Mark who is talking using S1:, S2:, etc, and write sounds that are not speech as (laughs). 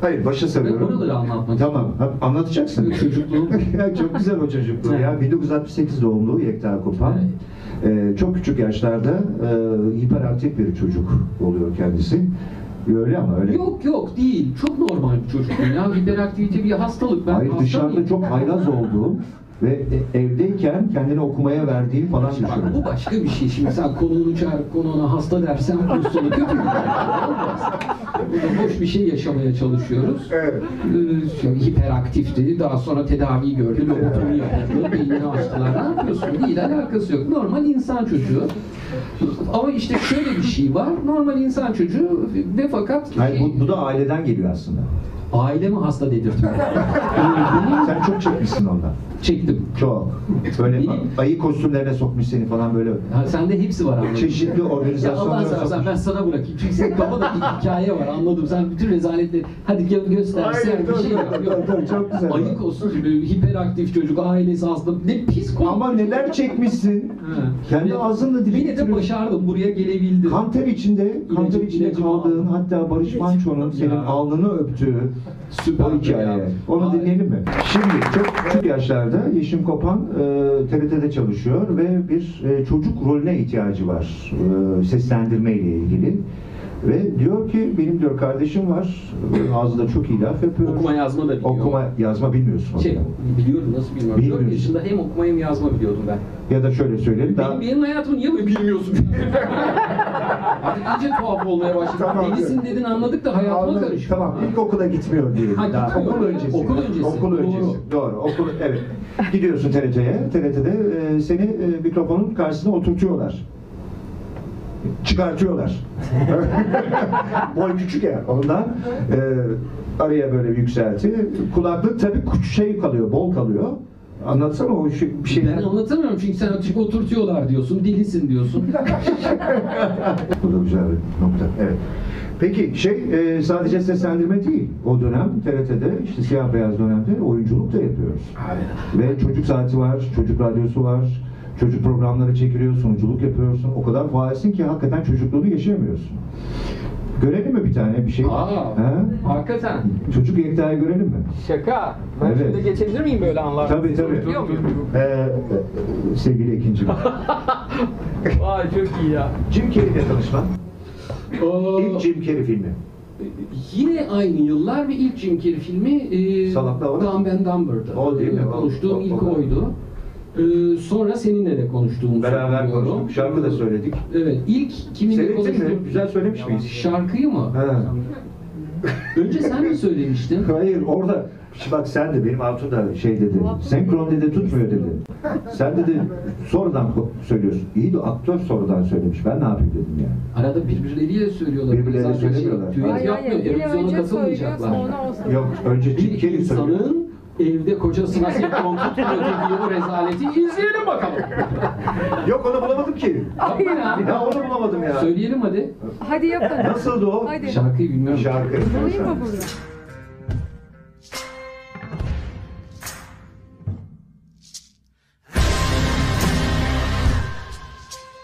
S1: Hayır başa
S2: Ve
S1: sarıyorum.
S2: buraları anlatmak
S1: Tamam ha, anlatacaksın.
S2: Çocukluğum.
S1: (laughs) Ya çok güzel o çocukluğu ya. 1968 doğumlu Yekta Kopan. Ee, çok küçük yaşlarda e, hiperaktif bir çocuk oluyor kendisi. Öyle ama öyle.
S2: Yok yok değil. Çok normal bir çocuk.
S1: (laughs)
S2: Ya hiperaktivite bir hastalık. Ben
S1: Hayır
S2: hasta
S1: dışarıda
S2: mıyım?
S1: çok haylaz olduğu ve e- evdeyken kendini okumaya verdiği falan
S2: Bak bu
S1: düşünüyorum.
S2: başka bir şey. Şimdi sen konuğunu çağırıp konuğuna hasta dersen bu sonu kötü.
S1: (laughs)
S2: bir şey. Olmaz. Burada hoş bir şey yaşamaya çalışıyoruz.
S1: Evet.
S2: Ee, şey, hiperaktifti. Daha sonra tedavi gördü. Lobotomi yaptı. Beynini açtılar. Ne yapıyorsun? Değil alakası yok. Normal insan çocuğu. Ama işte şöyle bir şey var. Normal insan çocuğu ve fakat
S1: Hayır, bu, bu da aileden geliyor aslında.
S2: ailemi hasta dedirtme.
S1: Sen çok çekmişsin ondan.
S2: Çektim.
S1: Çok. Böyle
S2: Benim-
S1: ayı kostümlerine sokmuş seni falan böyle.
S2: Ha, sende hepsi
S1: E,
S2: var anladım.
S1: Çeşitli
S2: Ya Allah
S1: organizasyonlara
S2: seversen
S1: sokmuş.
S2: ben sana bırakayım. Çünkü senin kafada bir hikaye var anladım. Sen bütün rezaletleri hadi gö göster.
S1: Hayır,
S2: sen bir
S1: dur,
S2: şey
S1: dur,
S2: yap.
S1: dur,
S2: Yok.
S1: dur, çok güzel.
S2: Ayık olsun gibi hiperaktif çocuk ailesi aslında ne pis konu.
S1: Ama neler çekmişsin.
S2: Ha.
S1: Kendi
S2: Ve
S1: ağzınla dile
S2: Yine de
S1: getiriyorsun.
S2: başardım buraya gelebildim.
S1: Kanter içinde, kanter
S2: İlacı-
S1: içinde
S2: ilacı
S1: kaldığın,
S2: aldım.
S1: hatta Barış Manço'nun senin
S2: Ya.
S1: alnını öptüğü
S2: Süper
S1: o hikaye.
S2: ya.
S1: Onu
S2: Ay.
S1: dinleyelim mi? Şimdi çok küçük yaşlarda Yeşim Kopan e, TRT'de çalışıyor ve bir e, çocuk rolüne ihtiyacı var e, seslendirme ile ilgili. Ve diyor ki benim diyor kardeşim var, e, ağzında çok iyi laf yapıyor.
S3: Okuma yazma da biliyor.
S1: Okuma, yazma bilmiyorsun.
S3: Şey, biliyorum nasıl bilmiyorum.
S1: Bilmiyorum.
S3: 4 yaşında hem okuma hem yazma biliyordum ben.
S1: Ya da şöyle söyleyelim. Daha...
S3: Benim, benim hayatımı niye
S1: (laughs)
S3: böyle bilmiyorsun?
S2: Artık iyice tuhaf olmaya başladı.
S1: Tamam.
S2: Delisin dedin anladık da hayatıma
S1: Anladım.
S2: karışıyor.
S1: Tamam, ilkokula gitmiyor diyelim.
S2: Ha,
S1: Daha
S2: gitmiyor.
S1: okul öncesi.
S2: Okul öncesi,
S1: Okul
S2: doğru.
S1: öncesi. Doğru. Okul evet. Gidiyorsun TRT'ye. TRT'de e, seni e, mikrofonun karşısına oturtuyorlar. Çıkartıyorlar. (laughs) Boy küçük ya ondan. e, araya böyle bir yükselti. Kulaklık tabii ku- şey kalıyor, bol kalıyor. Anlatsana o şey, bir
S2: Ben
S1: şeyler.
S2: anlatamıyorum çünkü sen açık oturtuyorlar diyorsun, delisin diyorsun.
S1: (laughs) Bu da güzel bir nokta. Evet. Peki şey e, sadece seslendirme değil. O dönem TRT'de işte siyah beyaz dönemde oyunculuk da yapıyoruz. Ve çocuk saati var, çocuk radyosu var. Çocuk programları çekiliyor, sunuculuk yapıyorsun. O kadar faizsin ki hakikaten çocukluğunu yaşayamıyorsun. Görelim mi bir tane bir şey?
S2: Aa.
S1: He?
S3: Hakikaten.
S1: Çocuk Yekta'yı görelim mi?
S3: Şaka. Ben
S1: Evet.
S3: şimdi geçebilir miyim böyle anlar?
S1: Tabii tabii.
S3: Biliyor muyum?
S1: Ee, e, sevgili ikinci.
S3: Vay çok iyi ya.
S1: Jim Carrey'le tanışman. Ee,
S2: Aa,
S1: İlk Jim Carrey filmi.
S2: Yine aynı yıllar ve ilk Jim Carrey filmi e,
S1: Salakla var.
S2: Dumb and Dumber'dı.
S1: O değil mi?
S2: E,
S1: O-
S2: Konuştuğum
S1: o-
S2: ilk
S1: o-
S2: oydu. E, sonra seninle de konuştuğumuzu
S1: Beraber
S2: biliyorum.
S1: konuştuk, şarkı da söyledik.
S2: Evet, ilk kiminle
S1: Seyrettin mi?
S2: konuştuğum...
S1: Güzel söylemiş miyiz?
S2: Şarkıyı mı?
S1: Ha.
S2: Önce sen mi söylemiştin?
S1: Hayır orada Şimdi bak sen de benim Artur da şey dedi. Senkron dedi tutmuyor dedi. Sen dedi sonradan ko- söylüyorsun. İyi de aktör sonradan söylemiş. Ben ne yapayım dedim yani.
S2: Arada birbirleriyle söylüyorlar.
S1: Birbirleriyle
S2: Zaten şey,
S1: söylemiyorlar.
S2: düet
S1: Hayır,
S2: yapmıyor, Eurovision'a katılmayacaklar.
S4: olsun.
S1: Yok önce
S2: Bir
S1: Çinkel'i söylüyor.
S2: insanın evde kocasına senkron tutmuyor dediği o rezaleti izleyelim bakalım.
S1: Yok onu bulamadım ki.
S2: Yapma ya.
S1: Ya onu bulamadım ya.
S2: Söyleyelim hadi.
S4: Hadi yapın.
S1: Nasıldı o?
S4: Hadi.
S2: Şarkıyı bilmiyorum.
S1: Şarkı.
S4: Bulayım mı bunu?